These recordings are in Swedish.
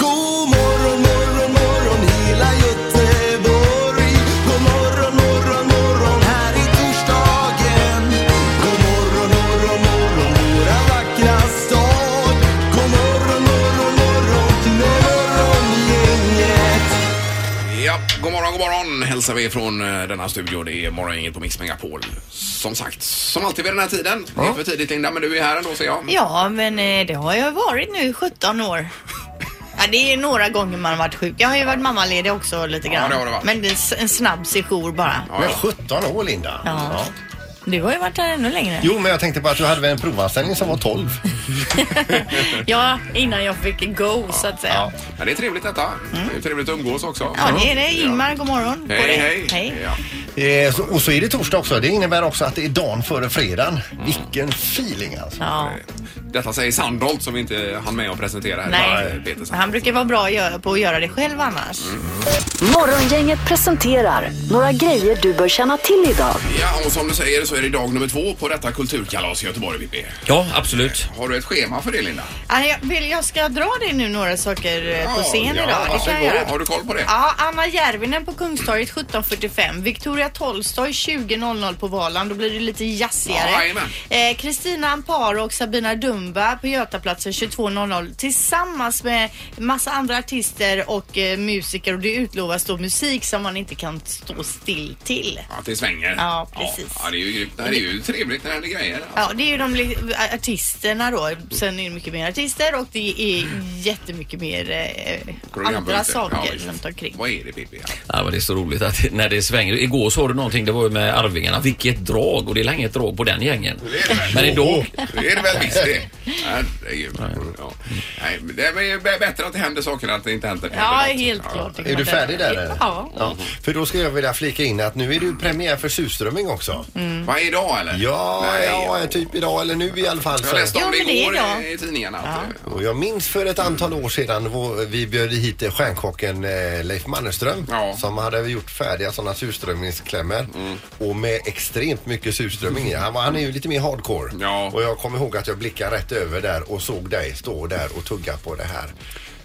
God morgon, morgon, morgon hela Göteborg. God morgon, morgon, morgon här i torsdagen. God morgon, morgon, morgon våra vackra stad. God morgon, morgon, morgon morgongänget. Ja, god morgon, god morgon hälsar vi från eh, denna studio. Det är morgongänget på Mix Megapol. Som sagt, som alltid vid den här tiden. Det är för tidigt Linda, men du är här ändå ser jag. Ja, men eh, det har jag varit nu i 17 år. Ja, det är några gånger man har varit sjuk. Jag har ju varit mammaledig också lite grann. det har du varit. Men det är s- en snabb sejour bara. Ja, Men ja. 17 år Linda. Ja. Du har ju varit här ännu längre. Jo, men jag tänkte på att du hade väl en provanställning som var 12. Ja, innan jag fick go så att säga. Men det är trevligt detta. Det är trevligt att umgås också. Mm. Ja, det är det. Ingmar, god morgon. på Hej, dig. hej. hej. Ja. Eh, så- och så är det torsdag också. Det innebär också att det är dagen före fredagen. Mm. Vilken feeling alltså. Ja. Detta säger Sandholt som vi inte hann med att presentera här. Nej, Peter Sandholt. han brukar vara bra att göra- på att göra det själv annars. Mm. Morgongänget presenterar några grejer du bör känna till idag. Ja, och som du säger så är det dag nummer två på detta kulturkalas i Göteborg, Pippi. Ja, absolut. Har du ett schema för det, Linda? Ja, Jag, vill, jag ska dra det nu några saker eh, på scen ja, idag. Det kan jag varsågod. göra. Har du koll på det? Ja, Anna Järvinen på Kungstorget 17.45. Victoria Tolstoy 20.00 på Valand. Då blir det lite Ja, jazzigare. jajamän. Eh, Kristina Amparo och Sabina Dumba på Götaplatsen 22.00 tillsammans med massa andra artister och eh, musiker och det utlovas då musik som man inte kan stå still till. Att det svänger? Ja, precis. Ja, det är ju grymt. Det här är ju trevligt när det händer grejer. Ja, det är ju de li- artisterna då. Sen är det mycket mer artister och det är jättemycket mer eh, Programpunkter. andra saker visst. runt omkring. Vad är det, Pippi? Ja, men det är så roligt att det- när det svänger. Igår såg du någonting, det var ju med Arvingarna. Vilket drag och det är inget drag på den gängen. Det är det väl? Men idag... Det är det väl visst det. Herregud. Ja. Nej, men det är ju b- bättre att det händer saker än att det inte händer. Ja, något. helt Ja. klart. Är du färdig där eller? Ja. För då skulle jag vilja flika in att nu är det ju premiär för surströmming också. Mm. Vad är idag eller? Ja, Nej, ja, typ idag eller nu i alla fall. Jag läste om Ja, det men det är igår idag. i tidningarna. att, eh, Och jag minns för ett antal år sedan vår- vi bjöd hit eh, stjärnkocken eh, Leif Mannerström Ja. Mm. som hade gjort färdiga sådana surströmmingsklämmor och med extremt mycket surströmming i. Han, var- han är ju lite mer hardcore. Ja. Och jag kommer ihåg att jag blickade rätt över där och såg dig stå där och tugga på det här.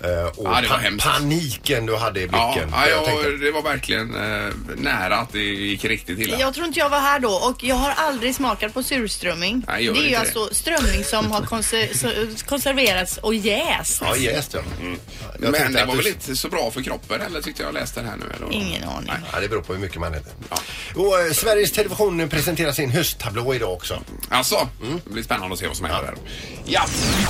Eh, och Ja, det var pa- hemskt. paniken du hade i Ja, blicken. ja, jag ja, tänkte, det var verkligen eh, nära att det gick riktigt illa. Jag tror inte jag var här då och jag har aldrig smakat på surströmming. Nej, gör det är ju inte det. alltså strömming som har konser- så- konserverats och jäst. ja, jäst ja. Jag Mm. Men tänkte det att var du- väl inte så bra för kroppen eller tyckte jag läste det här nu? Eller? Ingen aning. Nej. Ja, det beror på hur mycket man äter. Och, eh, Sveriges Television presenterar sin hösttablå idag också. Alltså, Mm. det blir spännande att se vad som händer där. Ja,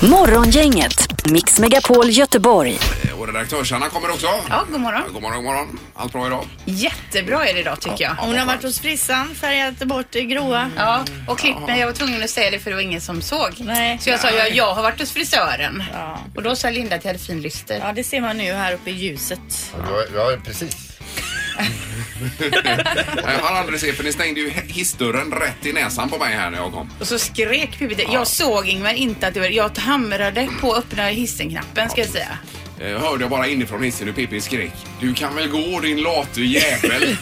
Morgongänget, Mix Megapol Göteborg. eh, och redaktörsarna kommer också. Ja, god morgon. God morgon, god morgon. Allt bra idag? Jättebra är det idag tycker jag. Hon har varit hos frissan, färgat bort det gråa. Mm. Ja, och klipp mig. Jag var tvungen att säga det för det var ingen som såg. Nej. Så jag sa, ja, jag har varit hos frisören. Ja. Och då sa Linda att jag hade fin lyster. Ja, det ser man nu här uppe i ljuset. Ja, ja precis. Jag har aldrig sett, för ni stängde ju hissdörren rätt i näsan på mig här när jag kom. Och så skrek Pippi. Jag såg Ingvar inte att du var... Jag hamrade på att öppna hissenknappen ska jag säga. Eh, hörde jag bara inifrån hissen hur Pippi skrek. Du kan väl gå din late jävel.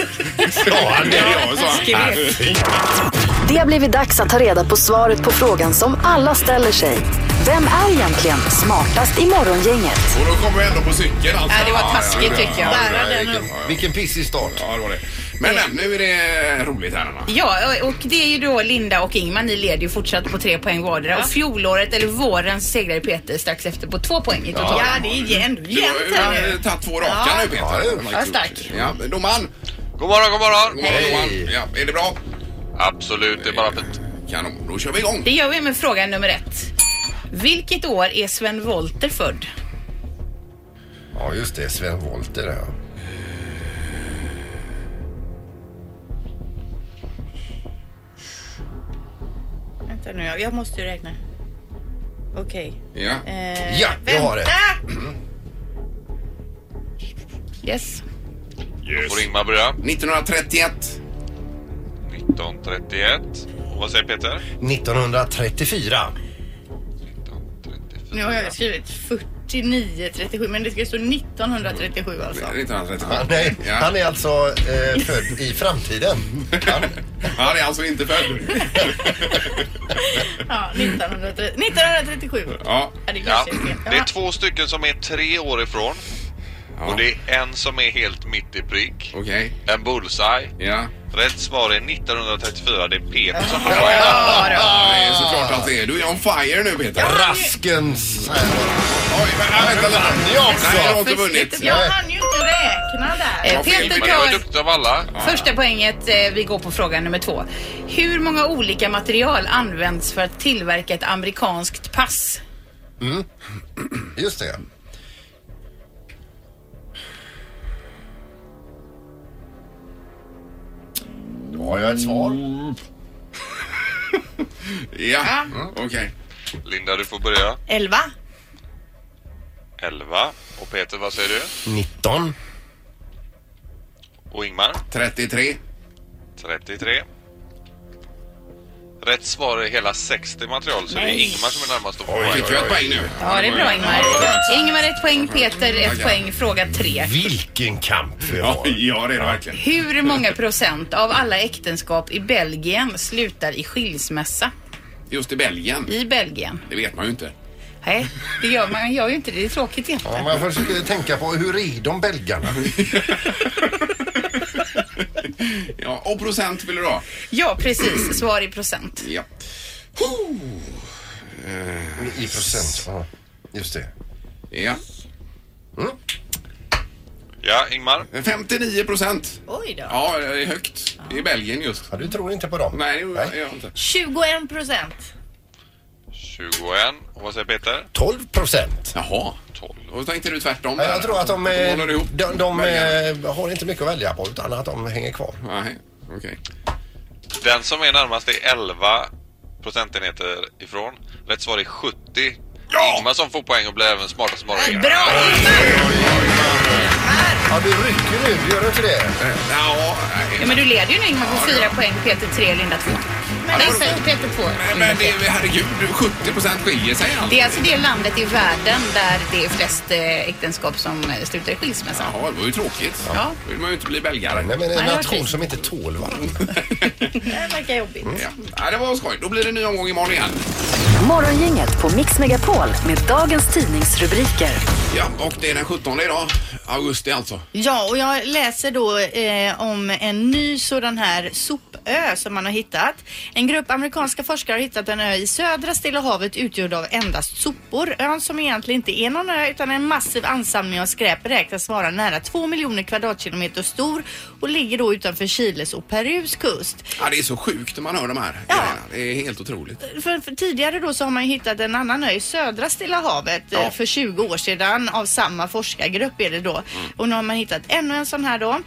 Sa han det? Ja, sa han. Det har blivit dags att ta reda på svaret på frågan som alla ställer sig. Vem är egentligen smartast i morgongänget? Och då kom vi ändå på cykeln alltså. Ja, det var taskigt, ja, tycker jag. ja, Bära ja, den vilken- upp. Vilken pissig start. Ja, det var det. Men men, nu är det roligt här Anna. Ja, och det är ju då Linda och Ingmar. Ni leder ju fortsatt på tre poäng vardera. Och fjolåret, eller vårens segrare Peter strax efter på två poäng i totalt. Ja, det är jämnt. Du har ju Jämnt här nu. eh, tagit två raka nu Ja, det Peter. är- Ja, stark. Ja, men domaren. God morgon, god morgon. God morgon, Hej. domaren. Ja, är det bra? Absolut, det är bara för att Kanon, då kör vi igång. Det gör vi med fråga nummer ett. Vilket år är Sven Wollter född? Ja, just det. Sven Wollter, ja. Vänta nu, jag- jag måste ju räkna. Okej. Ja. Eh, Ja, jag har det. vänta! Yes. då får Ingmar börja. 1931. 1931. Och Vad säger Peter? 1934. Nu har jag skrivit 4937 men det ska stå 1937 alltså. Mm. Han är, han är alltså eh, född i framtiden. Han är alltså inte född. Ja, 1930 1937. Ja. Ja, det är kanske inte Det är två stycken som är tre år ifrån. Och det är en som är helt mitt i prick. Okej. En bullseye. Ja. Rätt svar är 1934. Det är Peter som får Ja, poäng. ja, ja. Det är såklart att det är. Du är on fire nu Peter. Raskens. Oj, men vänta lite. Nej, jag har inte vunnit. Jag hann ju inte räkna där. Eh, Peter tar duktig av alla. första poänget. eh, Vi går på fråga nummer två. Hur många olika material används för att tillverka ett amerikanskt pass? Mm. Just det. Då har jag ett svar. Ja, Mm, okej. Linda, du får börja. 11. 11. Och Peter, vad säger du? 19. Och Ingmar? 33. 33. Rätt svar är hela 60 material, så det är Nej. Ingmar som är närmast att få Oj, fick jag ett poäng nu? Ja, det är bra Ingmar. Ingmar ett poäng, Peter ett Tackar. poäng. Fråga tre. Vilken kamp vi har. Ja, det är det verkligen. Hur många procent av alla äktenskap i Belgien slutar i skilsmässa? Just i Belgien. I Belgien? Det vet man ju inte. Nej, det gör man gör ju inte det. Det är tråkigt Ja, egentligen. men jag försöker tänka på hur är de belgarna? Ja, och procent vill du ha? Ja, precis. Svar i procent. Ja. I procent. Ja, just det. Ja. Ja, Ingmar? 59 procent. Oj då. Ja, det är högt. I Belgien just. Ja, du tror inte på dem? Nej, det gör jag inte. 21 procent. 21. Och vad säger Peter? 12 procent. Jaha. 12. Och tänkte du tvärtom. Nej, där. jag tror att de, De eh, håller ihop. de, de Belgarna. eh, har inte mycket att välja på utan att de hänger kvar. Nej, okej. Den som är närmast är 11 procentenheter ifrån. Rätt svar är 70. Ja! Ingmar som får poäng och blir även smartast morgon. Bra Ingmar! Ja, du rycker nu, gör du inte det? Ja, nej. Ja, men du leder ju nu Ingmar på Ja, fyra poäng, Peter tre, Linda två. Ja, Nej, det- säg Peter två. Nej, Men det, herregud, 70 procent skiljer sig alltså. Det är alltså det landet i världen där det är flest eh, äktenskap som eh, slutar i skilsmässa. Jaha, det var ju tråkigt. Ja. Då vill man ju inte bli belgare. Nej, men Nej, en det var nation trist. som inte tål varandra. Det verkar jobbigt. Ja. Nej, det var skoj. Då blir det en ny omgång imorgon igen. Morgongänget på Mix Megapol med dagens tidningsrubriker. Ja, och det är den 17 idag. Augusti alltså. Ja, och jag läser då eh, om en ny sådan här sopö som man har hittat. En grupp amerikanska forskare har hittat en ö i södra Stilla havet utgjord av endast sopor. Ön som egentligen inte är någon ö utan en massiv ansamling av skräp beräknas vara nära 2 miljoner kvadratkilometer stor och ligger då utanför Chiles och Perus kust. Ja, det är så sjukt när man hör de här Ja. grejerna. Det är helt otroligt. för, för tidigare då så har man ju hittat en annan ö i södra Stilla havet eh, för 20 år sedan av samma forskargrupp är det då. Mm. Och nu har man hittat ännu en sån här då.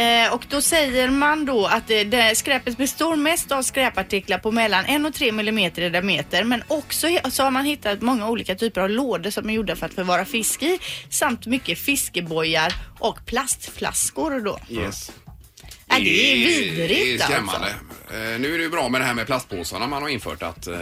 Eh, och då säger man då att eh, det, skräpet består mest av skräpartiklar på mellan 1 och 3 millimeter i diameter men också he- så har man hittat många olika typer av lådor som är gjorda för att förvara fisk i samt mycket fiskebojar och plastflaskor då. Yes. Ja, det är vidrigt Det är skrämmande. alltså. Eh, Nu är det ju bra med det här med plastpåsarna man har infört att eh,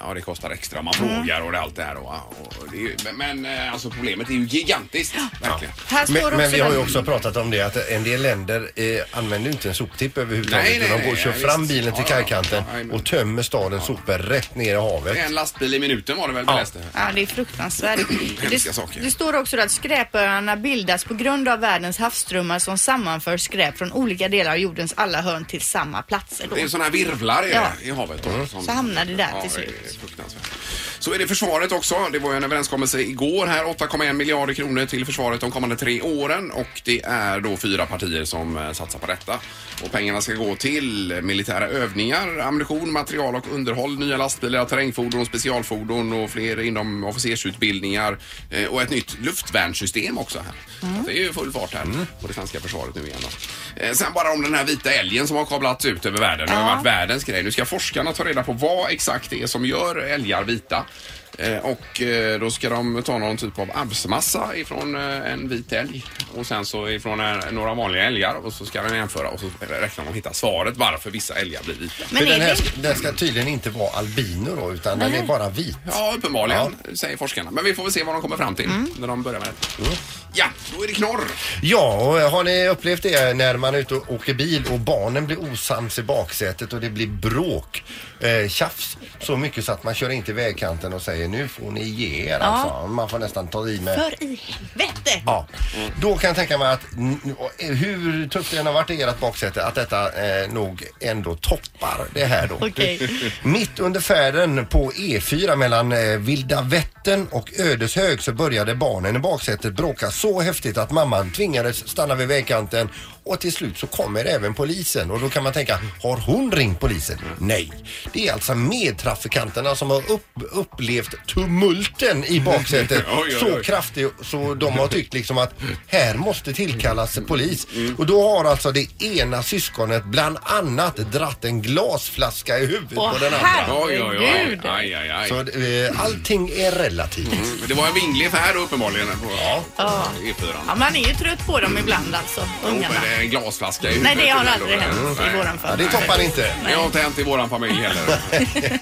ja, det kostar extra. Man Mm. frågar och det, allt det här. Och, och det är ju, men, men eh, alltså problemet är ju gigantiskt. Verkligen. Här står Men, men också vi har ju den- också pratat om det att en del länder eh, använder ju inte en soptipp överhuvudtaget. Nej, nej, utan de går och nej, kör ja, fram visst. bilen till Ja, ja, kajkanten ja, jajamän. och tömmer stadens sopor rätt ner i havet. En lastbil i minuten var det väl vi läste? Ja, det är fruktansvärt. Hemska Det, saker. det står också att skräpöarna bildas på grund av världens havsströmmar som sammanför skräp från olika delar av jordens alla hörn till samma platser. Då. Det är sådana här virvlar i, Ja. i havet. Då, som, Så hamnar det där till det är slut. fruktansvärt. Så är det försvaret också. Det var ju en överenskommelse igår här. 8,1 miljarder kronor till försvaret de kommande tre åren. Och det är då fyra partier som eh, satsar på detta. Och pengarna ska gå till militära övningar, ammunition, material och underhåll, nya lastbilar, terrängfordon, specialfordon och fler inom officersutbildningar. eh, Och ett nytt luftvärnssystem också här. Mm. Så Det är ju full fart här på det svenska försvaret nu igen. då. Eh, Sen bara om den här vita älgen som har kablats ut över världen. Det har ju varit världens grej. Nu ska forskarna ta reda på vad exakt det är som gör älgar vita. Eh, Och eh, då ska de ta någon typ av absmassa ifrån eh, en vit älg och sen så ifrån eh, några vanliga älgar och så ska den jämföra och så räknar de att hitta svaret varför vissa älgar blir vita. Men den, här, den ska tydligen inte vara albino då, utan den är bara vit. Ja, uppenbarligen, säger forskarna. Men vi får väl se vad de kommer fram till när de börjar med det. Ja, då är det knorr. Ja, och har ni upplevt det när man är ute och åker bil och barnen blir osams i baksätet och det blir bråk, eh, tjafs, så mycket så att man kör in till vägkanten och säger nu får ni ge er Ja. alltså. Man får nästan ta i med För i helvete! Ja, då kan jag tänka mig att n- och, eh, hur tufft det än har varit i ert baksäte att detta eh, nog ändå toppar det här då. Okej. Mitt under färden på E4 mellan eh, Vilda Vättern och Ödeshög så började barnen i baksätet bråka så häftigt att mamman tvingades stanna vid vägkanten och till slut så kommer även polisen och då kan man tänka, har hon ringt polisen? Nej, det är alltså medtrafikanterna som har upp, upplevt tumulten i baksätet Oj, oj, så oj. kraftig så de har tyckt liksom att här måste tillkallas polis. Mm, Och då har alltså det ena syskonet bland annat dratt en glasflaska i huvudet Åh, på den andra. Oj, oj, oj. Herregud. Aj, aj, aj. Så eh, allting är relativt. Mm. Men Mm, Det var en vinglig färd uppenbarligen på Ja. E4. Ja, man är ju trött på dem ibland alltså, Jo, ungarna. men det är en glasflaska i Nej, huvudet det har ibland aldrig då. hänt i Nej. våran familj. Ja, det toppar inte. Det har inte hänt i våran familj heller.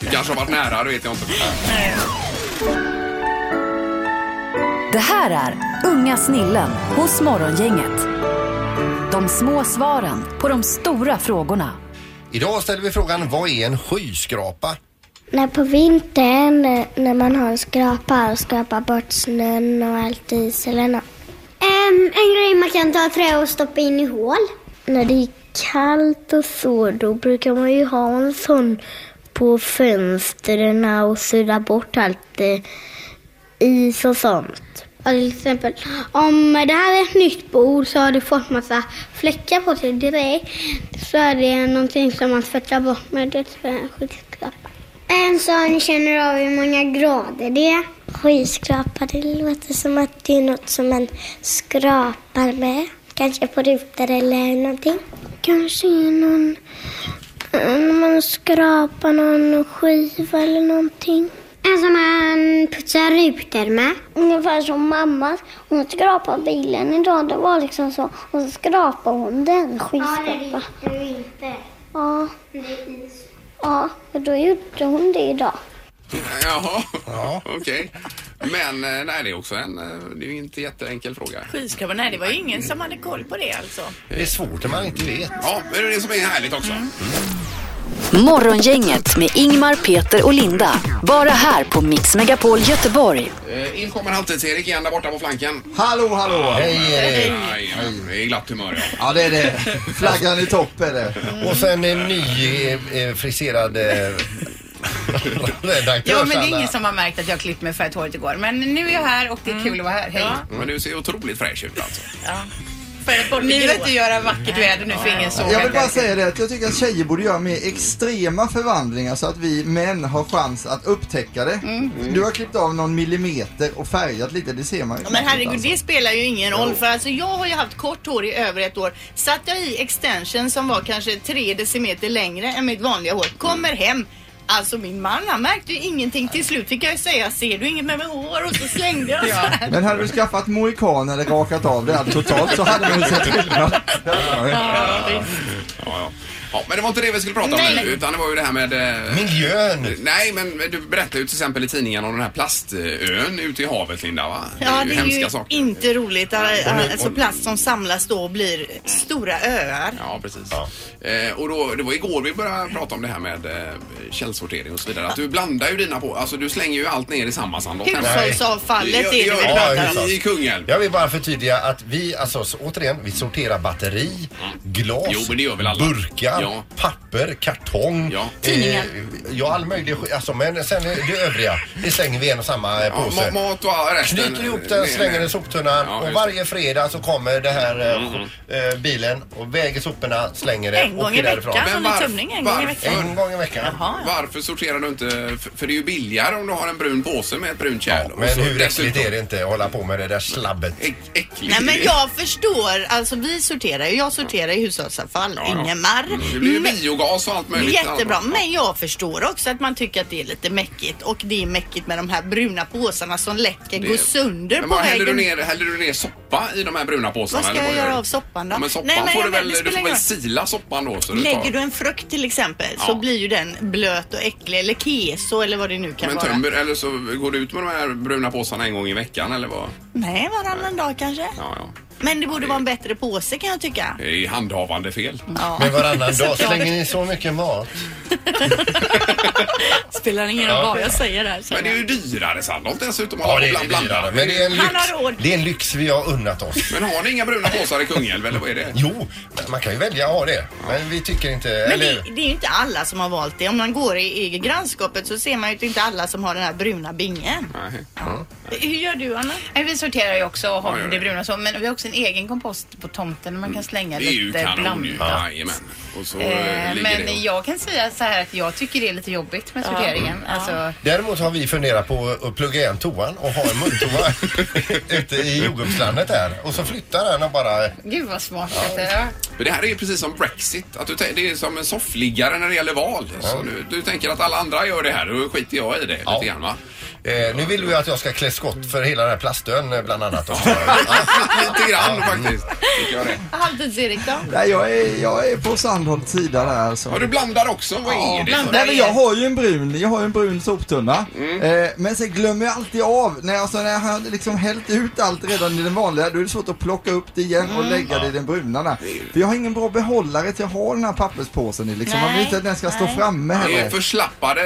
Det kanske har varit nära, det vet jag inte. Det här är Unga snillen hos Morgongänget. De små svaren på de stora frågorna. Idag ställer vi frågan, vad är en skyskrapa? När på vintern eh, när man har en skrapa och skrapar bort snön och allt is eller något. en grej man kan ta trä och stoppa in i hål. När det är kallt och så då brukar man ju ha en sån på fönstren och sudda bort allt eh, is och sånt. Ja, Till exempel, om det här är ett nytt bord så har det fått massa fläckar på sig direkt. Så är det någonting som man tvättar bort med det tror jag är en skyskrapa. En sån känner av hur många grader det är. Skyskrapa, det låter som att det är något som man skrapar med. Kanske på rutor eller någonting. Kanske är någon... När man skrapar någon skiva eller någonting. En som man putsar rutor med. Ungefär som mamma. Hon skrapar bilen idag. Det var liksom så. Och så skrapar hon den skyskrapa. Ja, det inte. Ja. Ja, och då gjorde hon det idag. Jaha, okej. Men eh, nej, det är också en... eh, Det är ju inte jätteenkel fråga. Skyskrapor, nej det var ju ingen som hade koll på det alltså. Det är svårt när man inte vet. Ja, men det är det som är härligt också. Morgongänget med Ingmar, Peter och Linda. Bara här på Mix Megapol Göteborg. Eh, In kommer Halvtids-Erik igen där borta på flanken. Hallå, hallå! Hej, hej! hej. Det är glatt humör, ja. Ja det är det. Flaggan i topp är det. Mm. Och sen en ny eh, eh, friserad eh, redaktör Jo, men det är Sanna. ingen som har märkt att jag har klippt mig färgat håret igår. Men nu är jag här och det är kul att vara här. Hej. Men du ser otroligt fräsch ut alltså. Ni vill inte göra vackert väder nu för ingen såg Jag vill att bara jag- säga det att jag tycker att tjejer borde göra mer extrema förvandlingar så att vi män har chans att upptäcka det. Mm. Du har klippt av någon millimeter och färgat lite, det ser man ju. Ja, Men herregud, det spelar ju ingen Jo. roll. För alltså, jag har ju haft kort hår i över ett år. Satt jag i extension som var kanske tre decimeter längre än mitt vanliga hår. Kommer hem. Alltså min man han märkte ju ingenting. Till slut fick jag ju säga, ser du inget med mitt hår? Och så slängde jag så här. Men hade du skaffat mohikan eller rakat av det allt totalt så hade man ju sett skillnad. Ja, ja. ja, men det var inte det vi skulle prata om Nej. nu, utan det var ju det här med... eh, Miljön! Nej, men du berättade ju till exempel i tidningen om den här plastön ute i havet, Linda, va? Ja, det är hemska ju saker. inte roligt. Alltså och- plast som samlas då och blir stora öar. Ja, precis. Eh, och då, det var igår vi började prata om det här med eh, källsortering och så vidare. Att du blandar ju dina på, alltså du slänger ju allt ner i samma sandlåda. Hushållsavfallet är det vi pratar om. I Kungälv. Jag vill bara förtydliga att vi, alltså s- återigen, vi sorterar batteri, glas, Mm. Jo, men det gör väl alla. burkar, Ja. papper, kartong. Ja. Tidningar. ja, all möjlig skit. Alltså, men sen är det övriga, det slänger vi i en och samma eh, Ja, påse. ma- mat och resten. eh, Knyter ihop den, Nej, slänger nej. den i soptunnan Ja, och just varje fredag så kommer det här eh, Mm, eh, bilen och väger soporna, slänger det En gång åker i därifrån. veckan, Men som en varf- tömning, en gång i varför? veckan. En gång i veckan. Varför sorterar du inte? För för det är ju billigare om du har en brun påse med ett brunt kärl. Och Men så hur dessutom- äckligt är det inte att hålla på med det där slabbet? Äckligt. Nej men jag förstår, alltså vi sorterar ju, jag sorterar i hushållsavfall, Ingemar. Mm, Det blir ju biogas och allt möjligt. Jättebra, men jag förstår också att man tycker att det är lite mäckigt och det är mäckigt med de här bruna påsarna som lätt kan Det- gå sönder Men på vad häller du vägen. ner, häller du ner soppa i de här bruna påsarna? Vad ska eller jag gör göra du? av soppan då? Ja, men soppan Nej, men får jag du vet, väl, det du spelar får väl ingen roll. sila soppan då? Så Lägger tar- du en frukt till exempel Ja. så blir ju den blöt och äcklig eller keso eller vad det nu kan Men vara. tömmer, eller så går du ut med de här bruna påsarna en gång i veckan eller vad? Nej, varannan dag kanske. Ja, ja. Men det borde vara en bättre påse kan jag tycka. Det är ju handhavande fel. Ja. Men varannan dag Såklart. slänger ni så mycket mat. Spelar ingen roll vad jag säger där. Men det är ju dyrare sallad dessutom. Ja, det är dyrare. Men det är en lyx, Han har råd. det är en lyx vi har unnat oss. Men har ni inga bruna påsar i Kungälv eller vad är det? Jo, man kan ju välja att ha det. Men vi tycker inte... Men det, eller, det är ju inte alla som har valt det. Om man går i, i grannskapet så ser man ju inte alla som har den här bruna bingen. Nej. Hur gör du Anna? Vi sorterar ju också och har Ja, gör det bruna så. Men vi har också en egen kompost på tomten. Man kan slänga Det är ju lite kanon ju. blandat. Jajamän. Och så eh, Eh, ligger men det. jag kan säga så här att jag tycker det är lite jobbigt med Ja. sorteringen. Alltså, Däremot har vi funderat på att plugga igen toan och ha en muntoa ute i jordgubbslandet här. Och så flyttar den och bara... gud vad smart det är. För det här är ju precis som Brexit. Att du, tän- det är som en soffliggare när det gäller val. Så du, du tänker att alla andra gör det här, då skiter jag i det lite grann va? Eh, nu vill du ju att jag ska klä skott för hela den här plastön eh, bland annat. Och så. Lite grann faktiskt. tycker jag det. Halvtids-Erik då? Nej, jag, är, jag är på Sandholt sida där alltså. Ja, du blandar också. Vad är det för Nej, men jag har ju en brun, jag har ju en brun soptunna. Eh, men sen glömmer jag alltid av, när, alltså, när jag har liksom hällt ut allt redan i den vanliga, då är det svårt att plocka upp det igen och lägga det i den bruna där. För jag har ingen bra behållare till att ha den här papperspåsen i liksom. Man vill inte att den ska stå framme Det heller. är förslappade...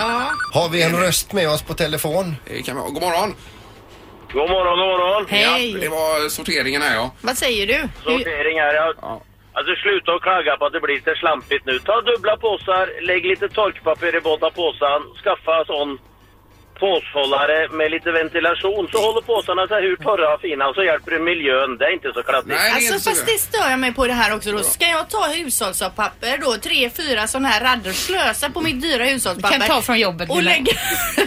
eh, Har vi en röst med oss på telefon? Det eh, kan vara. God morgon! God morgon, god morgon. Ja, det var sorteringen här ja. Vad säger du? Sortering här. Jag... Alltså sluta och klaga på att det blir lite slampigt nu. Ta dubbla påsar, lägg lite torkpapper i båda påsarna, skaffa sån påshållare med lite ventilation så håller påsarna sig hur torra och fina och så hjälper du miljön. Det är inte så kladdigt. alltså fast det stör jag mig på det här också då. Ska jag ta hushållspapper då? Tre, fyra sådana här raddor. Slösa på mitt dyra hushållspapper. Du kan ta från jobbet, Och Ulla. lägga,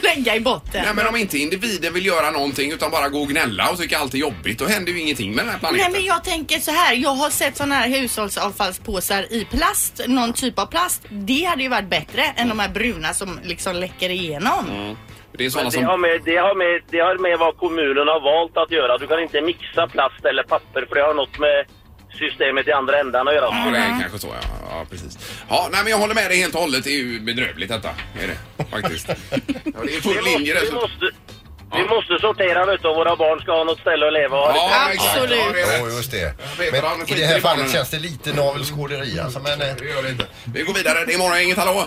lägga i botten. Nej men om inte individen vill göra någonting utan bara gå och gnälla och tycka allt är jobbigt då händer ju ingenting med den här Nej planeten. men jag tänker så här. Jag har sett sådana här hushållsavfallspåsar i plast. Någon typ av plast. Det hade ju varit bättre än de här bruna som liksom läcker igenom. Mm. Det är Men sådana det, som... har med, det, har med, det har med vad kommunen har valt att göra. Du kan inte mixa plast eller papper för det har något med systemet i andra ändan att göra. Ja, det är kanske så ja. ja precis. Ja, nej men jag håller med dig helt och hållet. Det är ju bedrövligt detta. Är det faktiskt. Ja, det är full Vi måste- linje vi dessutom. måste, vi måste sortera vet du, och våra barn ska ha något ställe att leva och ha det Ja, bra. exakt. Ja, det är Jo, rätt. just det. vet vad han Men i det skiter här i barnen. fallet känns det lite navelskåderi alltså. Men, eh, Det gör det inte. Vi går vidare. Det är Morgongänget, hallå!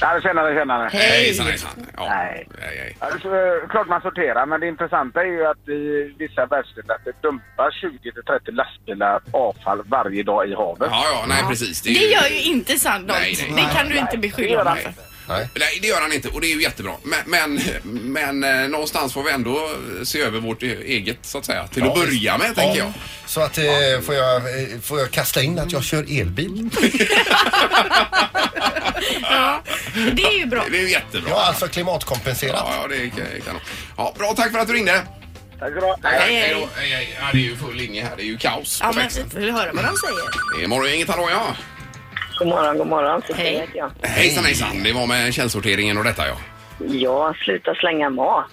Ja, tjenare, tjenare. Hejsan, hejsan. Ja. Nej. Hej, hej. Alltså, klart man sorterar, men det intressanta är ju att i vissa världsdelar att det dumpar 20-30 lastbilar avfall varje dag i havet. Ja, ja, nej precis. Det gör ju inte Sandholt. Nej, nej, Det kan du inte beskylla honom för. Nej. Nej, det gör han inte och det är ju jättebra. Men, men, men eh, någonstans får vi ändå se över vårt e-, eget så att säga. Till att Ja, börja med visst. tänker Ja. jag. Så att eh, får, jag, eh, får jag kasta in att jag kör elbil? Ja, det är ju bra. Det är ju jättebra. Ja, alltså klimatkompenserat. Ja, ja det är kanon. Ja, bra, tack för att du ringde. Tack så bra. Hej, hej. då. hej, hej. Ja, det är ju full linje här. Det är ju kaos Ja, på men växeln. vi får väl höra vad de säger. Det är Morgongänget, hallå ja. God morgon, god morgon. Hej. Hej. Jag. Hejsan, hejsan. Det var med källsorteringen och detta ja. jag slutar slänga mat.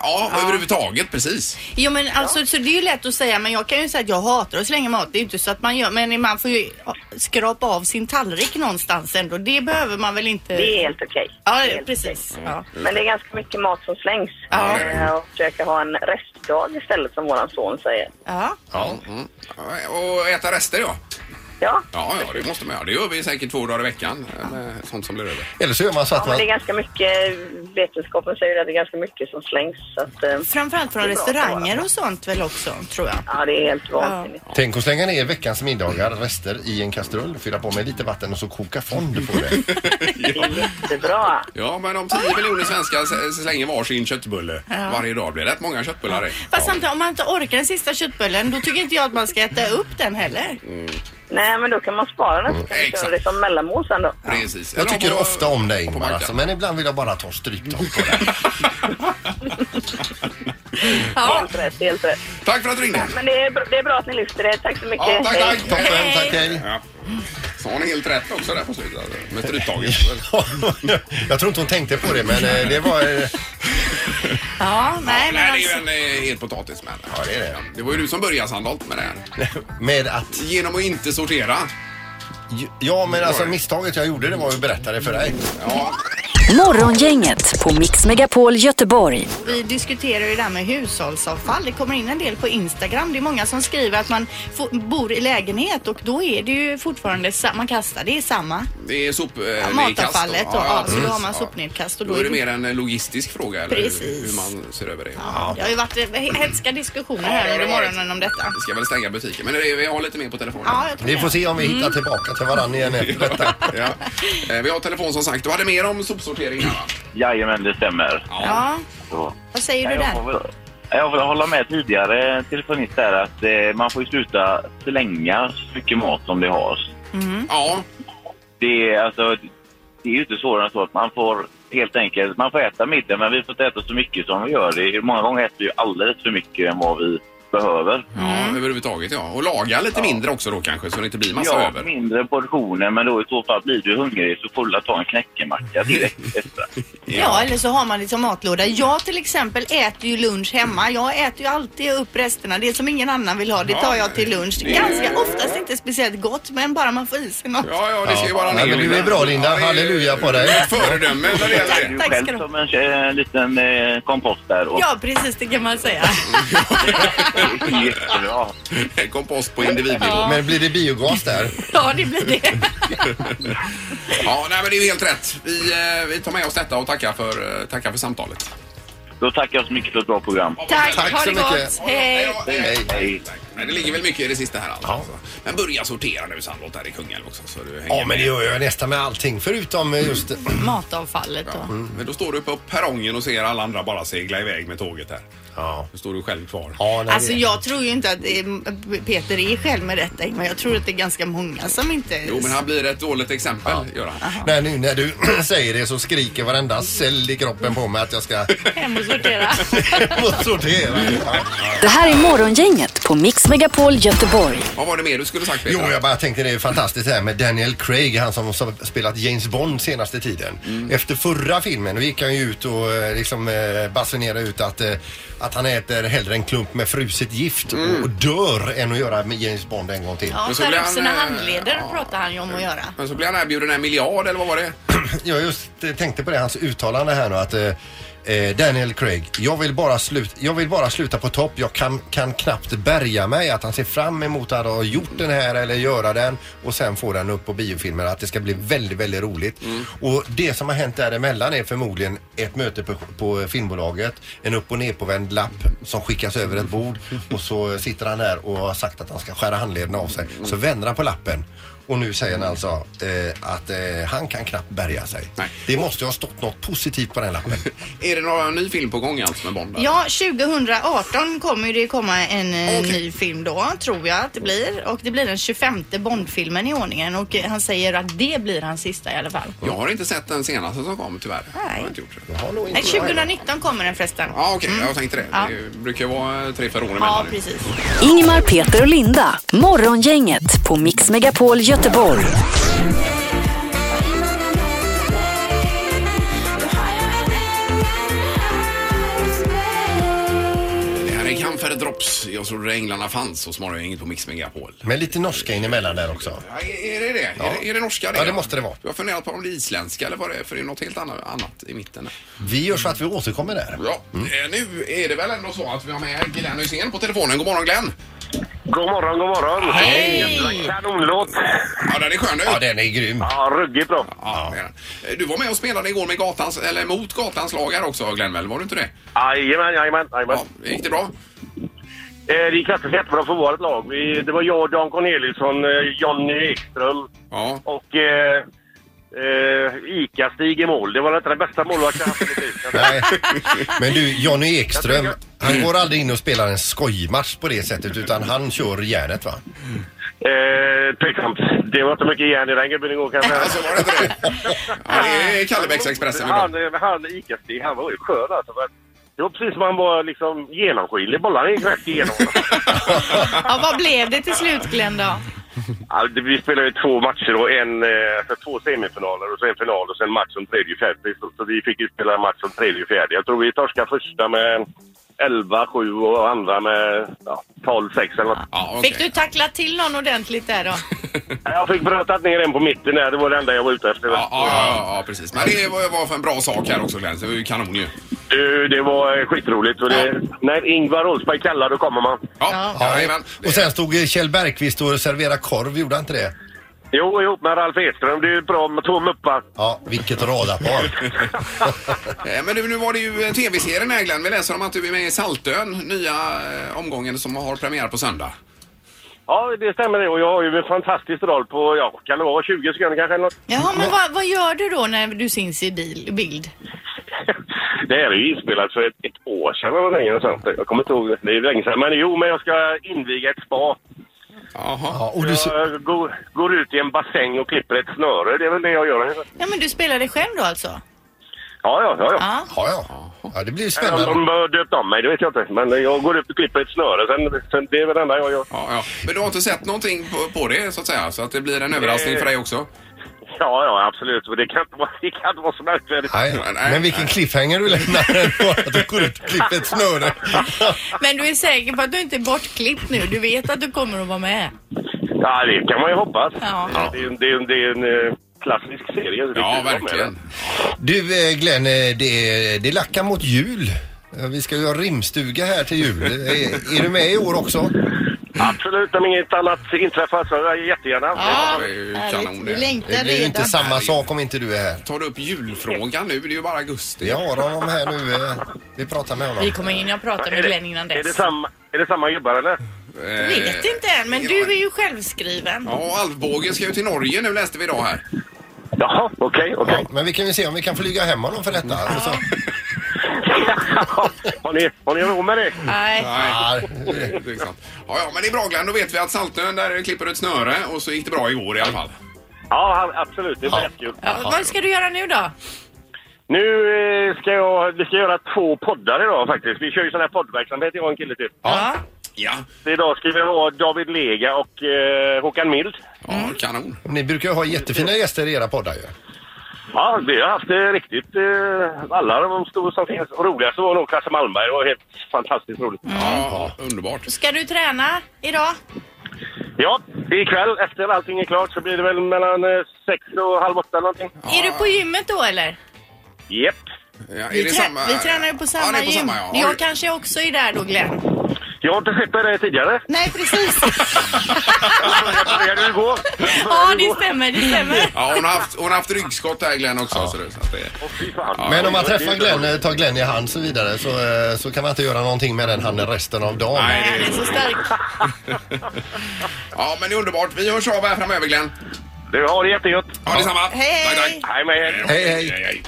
Ja, överhuvudtaget precis. Jo men alltså så det är ju lätt att säga men jag kan ju säga att jag hatar att slänga mat. Det är ju inte så att man gör men man får ju skrapa av sin tallrik någonstans ändå. Det behöver man väl inte. Det är helt okej. Ja Det är helt precis. Ja. Men det är ganska mycket mat som slängs. Ja. Eh, Och försöka ha en restdag istället som våran son säger. Ja. Ja. Mm. Och äta rester ja. Ja. Ja, ja, det måste man göra. Det gör vi säkert två dagar i veckan. eh, Med sånt som blir över. Eller så gör man så Ja, att men man... det är ganska mycket, vetenskapen säger att det är ganska mycket som slängs. Så att, eh, Framförallt det från är bra att vara. restauranger och sånt väl också tror jag. Ja, det är helt vansinnigt. Tänk att slänga ner veckans middagar, rester, i en kastrull, fylla på med lite vatten och så koka fond på det. Jättebra. Ja, men om 10 miljoner svenskar s- slänger varsin köttbulle Ja. varje dag blir det rätt många köttbullar det. Fast samtidigt om man inte orkar den sista köttbullen då tycker inte jag att man ska äta upp den heller. Mm. Nej, men då kan man spara den så kan man köra det som mellanmål sen då. Precis. Jag Eller tycker på- ofta om dig på Ingmar mackan. alltså, men ibland vill jag bara ta stryptag på dig. Helt rätt, helt rätt. Tack för att du ringde. Men det är, br- det är bra att ni lyfter det. Tack så mycket. Ja, tack, tack. Hej. Toppen, tack, hej. Ja. Så har ni helt rätt också där på slutet. alltså, Med stryptaget. Jag tror inte hon tänkte på det men eh, det var... eh, Ja, nej, Nej, men det alltså. är ju en eh, het potatis men. Ja, det, är det. det var ju du som började Sandholt med det här. Med att? Genom att inte sortera. Ja men alltså misstaget jag gjorde det var att berätta det för dig. Morgongänget på Mix Megapol Göteborg. Vi diskuterar ju det här med hushållsavfall. Det kommer in en del på Instagram. Det är många som skriver att man får, bor i lägenhet och då är det ju fortfarande samma kastar. Det är samma. Det är sop... eh, Ja, nedkast då. matavfallet och, ja, så då har man Ja. sopnedkast. Och Då är det mer en eh, logistisk fråga eller hur, Precis. hur man ser över det. Det har ju varit eh, hetska diskussioner här under morgonen om detta. Vi ska väl stänga butiken men det är, vi har lite mer på telefonen. Ja, jag tror Vi det. får se om vi hittar Mm. tillbaka till varandra igen efter detta. ja. Eh, Vi har telefon som sagt. Du hade mer om sopsortering här va? Jajamän, det stämmer. Ja, Så. vad säger du Jag där? får, väl, jag får hålla med tidigare telefonist där att eh, man får ju sluta slänga så mycket mat som det har. Mm. Ja. Det är, alltså, det är ju inte svårare än så att man får helt enkelt, man får äta middag men vi får inte äta så mycket som vi gör. Det är, många gånger äter vi ju alldeles för mycket än vad vi behöver. Mm. Ja, överhuvudtaget ja. Och laga lite mindre också då kanske så det inte blir massa Ja, över. mindre portioner men då i så fall blir du hungrig så får du ta en knäckemacka direkt efter. Ja, eller så har man det som matlåda. Jag till exempel äter ju lunch hemma. Jag äter ju alltid upp resterna. Det som ingen annan vill ha, det tar jag till lunch. det- Ganska oftast inte speciellt gott, men bara man får i sig något. Ja, ja, det ska ju vara Ja, ner. det blir väl bra Linda. Halleluja på dig. Föredöme när det gäller det. Du Tack ska själv du ha. som en eh, liten eh, kompost där och Ja, precis, det kan man säga. jättebra. Kompost på individnivå. Ja. Men blir det biogas där? Ja, det blir det. Ja, nej, men det är ju helt rätt. Vi, eh, vi tar med oss detta och tackar för, eh, tackar för samtalet. Då tackar jag så mycket för ett bra program. Tack, Tack ha så det mycket. gott. Hej. Hej, hej. Nej, det ligger väl mycket i det sista här alltså. Men börja sortera nu Sandholt här i Kungälv också. Så du hänger Ja men det gör jag nästan med allting förutom eh, just... Matavfallet då. med. Men då står du uppe på perrongen och ser alla andra bara segla iväg med tåget här. Ja. Då står du själv kvar. Ja, Alltså jag tror ju inte att det är, Peter är själv med detta men jag tror att det är ganska många som inte... Jo, men han blir ett dåligt exempel, gör han. Nej, nu när du säger det så skriker varenda cell i kroppen på mig att jag ska Hem och sortera. och sortera. Det här är Morgongänget på Mix Megapol Göteborg. Vad var det mer du skulle sagt Peter? Jo, jag bara tänkte det är fantastiskt det här med Daniel Craig, han som har spelat James Bond senaste tiden. Mm. Efter förra filmen, då gick han ju ut och eh, liksom eh, basunerade ut att, eh, att han äter hellre en klump med fruset gift Mm. och, och dör än att göra med James Bond en gång till. Ja, Men så skär blir upp han, sina eh, Mm. handleder pratar han ju om att göra. Men så blir han erbjuden en miljard eller vad var det? Jag just eh, tänkte på det, hans uttalande här nu att eh, eh, Daniel Craig, jag vill, bara slut, jag vill bara sluta på topp. Jag kan, kan knappt bärga mig. Att han ser fram emot att ha gjort den här eller göra den och sen få den upp på biofilmer. Att det ska bli väldigt, väldigt roligt. Och det som har hänt däremellan är förmodligen ett möte på, på filmbolaget. En upp och nerpåvänd lapp som skickas över ett bord och så sitter han där och har sagt att han ska skära handlederna av sig. Så vänder han på lappen och nu säger han alltså eh, att eh, han kan knappt bärga sig. Det måste ju ha stått något positivt på den lappen. Är det någon ny film på gång alltså med Bond? där? Ja, 2018 kommer ju det komma en eh, ny film då, tror jag att det blir. Och det blir den 25 Bondfilmen i ordningen och eh, han säger att det blir hans sista i alla fall. Jag har inte sett den senaste som kom tyvärr. Nej. Jag har inte gjort det. Nej, 2019 kommer den förresten. Ja, okej. Jag tänkte det. Det brukar ju vara tre, fyra år emellan. Ja, nu. precis. Ingmar, Peter och Linda. Morgongänget på Mix Megapol Göteborg. Det här är Camphor Drops. Jag trodde änglarna fanns hos Morgongänget på Mix Megapol. Men lite norska in emellan där också. Ja, är är det det? Ja. Är, det- är det norska det? Ja, det måste det vara. Jag har funderat på om det är isländska eller vad det är, för det är något helt annat, annat i mitten. där. Vi gör så att vi återkommer där. Ja, eh, nu är det väl ändå så att vi har med Glenn Hysén på telefonen. God morgon Glenn! God morgon, god morgon. Hej! Kanonlåt. Ja, den är skön du! Ja, den är grym. Ja, ruggigt bra. Ja, det är den. Eh, Du var med och spelade igår med gatans, eller mot gatans lagar också Glenn väl? Var du inte det? Jajamän, jajamän, jajamän. Gick det bra? Eh, Det gick jätte- jättebra för vårt lag. Vi, det var jag, Dan Corneliusson, eh, Jonny Ekström och eh, eh, Ica-Stig i mål. Det var inte den bästa målvakten jag haft i mitt liv. Nej. Men du, Johnny Ekström, han går aldrig in och spelar en skojmatch på det sättet utan han kör järnet va? Eh, Tveksamt. Det var inte mycket järn i den gubben igår kanske. Alltså var det inte det? Ja, det är Kallebäcksexpressen vi Han, han Ica-Stig, han var ju skön alltså. Men Det var precis som han var liksom genomskinlig. Bollarna gick rätt igenom. Ja, vad blev det till slut Glenn då? Ja, det- vi spelar ju två matcher och en, eh, alltså två semifinaler och så en final och sen match om tredje och fjärde. Så, så vi fick ju spela en match om tredje och fjärde. Jag tror vi torskade första med 11-7 och andra med ja, 12-6 eller något. Fick du tackla till någon ordentligt där då? Jag fick brötat ner en på mitten där. Det var det enda jag var ute efter. Ja, ja, ja, ja precis. Men det var, var för en bra sak här också Glenn, så det var ju kanon ju. Du, det var eh, skitroligt. Och det, När Ingvar Oldsberg kallar, då kommer man. Ja, jajamän. Och sen stod eh, Kjell Bergqvist och serverade korv, gjorde han inte det? Jo, ihop med Ralf Edström. Det är ju bra med två muppar. Ja, vilket radarpar. Eh, Men nu, nu var det ju eh, tv-serien här Glenn. Vi läser om att du är med i Saltön, nya eh, omgången som har premiär på söndag. Ja, det stämmer det. Och jag har ju en fantastisk roll på, ja, kan det vara 20 sekunder kanske? Eller något. Jaha, men vad, vad gör du då när du syns i bil, bild? Det här är ju inspelat för ett, ett år sedan eller längre sånt. Jag kommer inte ihåg. Det är ju länge sedan. Men jo, men jag ska inviga ett spa. Jaha. och du... Jag går, går ut i en bassäng och klipper ett snöre. Det är väl det jag gör. Ja, men du spelar dig själv då alltså? Ja, ja, ja. ja. ja, ja. ja det blir spännande. De har döpt om mig, det vet jag inte. Men jag går upp och klipper ett snöre. Sen, sen, det är väl det enda jag gör. Ja, ja. Men du har inte sett någonting på, på det så att säga, så att det blir en överraskning för dig också? Ja, ja, absolut. Men Det kan inte vara, det kan inte vara så märkvärdigt. Nej, men vilken cliffhanger du lämnar ändå, att du går ut och klipper ett snöre. Men du är säker på att du inte är bortklippt nu? Du vet att du kommer att vara med? Ja, det kan man ju hoppas. Ja. Det, är en- det, är en- det är en eh, klassisk serie. så det är Ja, kul att vara med verkligen. den. Du eh, Glenn, eh, det, det lackar mot jul. Eh, Vi ska ju ha rimstuga här till jul. Eh, Är, är du med i år också? Absolut, om inget annat inträffar så jag jättegärna. Ja, det är ju kanon det. Det blir ju inte samma sak om inte du är här. Tar du upp julfrågan nu? Det är ju bara augusti. Vi har honom här nu. eh, Vi pratar med honom. Vi kommer in och pratar med Glenn innan dess. samma, är det samma gubbar eller? Vet inte än, Eh, men du är ju självskriven. Eh, Ja, och Alvbåge ska ju till Norge nu läste vi idag här. Jaha, okej, okej. Men vi kan ju se om vi kan flyga hem honom för detta. Alltså. Har ni, har ni råd med det? Nej. Nej. Det är sant. Liksom. Ja, ja, men det är bra Glenn. Då vet vi att Saltön där klipper du ett snöre och så gick det bra igår i alla fall. Ja, absolut. Det var jättekul. Ja, vad ska du göra nu då? Nu eh, ska jag, vi ska göra två poddar idag faktiskt. Vi kör ju sån här poddverksamhet, jag och en kille till. Ja. ja. Så idag ska vi ha David Lega och eh, Håkan Mild. Mm. Ja, kanon. Ni brukar ju ha jättefina gäster i era poddar ju. Ja, vi har haft det riktigt, eh, alla de stora som finns. Och Roligast var nog Klasse Malmberg, det var helt fantastiskt roligt. Ja, underbart. Ska du träna idag? Ja, ikväll efter allting är klart så blir det väl mellan eh, sex och halv åtta eller någonting. Är du på gymmet då eller? Japp. Ja, Vi, trä- vi tränar ju på samma det är på gym. samma, ja. Jag kanske också är där då Glenn. Jag har inte sett dig tidigare. Nej, precis. Jag började igår. Ja, det stämmer, det stämmer. Ja, hon har haft, hon har haft ryggskott där Glenn också. Så det, så att det, Ja, Men om man det- det- träffar Glenn, eh, tar Glenn i hand och så vidare så, eh, så kan man inte göra någonting med den handen resten av dagen. Nej, det är så stark. ja, men det är underbart. Vi hörs av här framöver Glenn. Du har det jättegött. Ja, detsamma. Hej, Tack, hej. tack. Hej, hej. Hej, hej.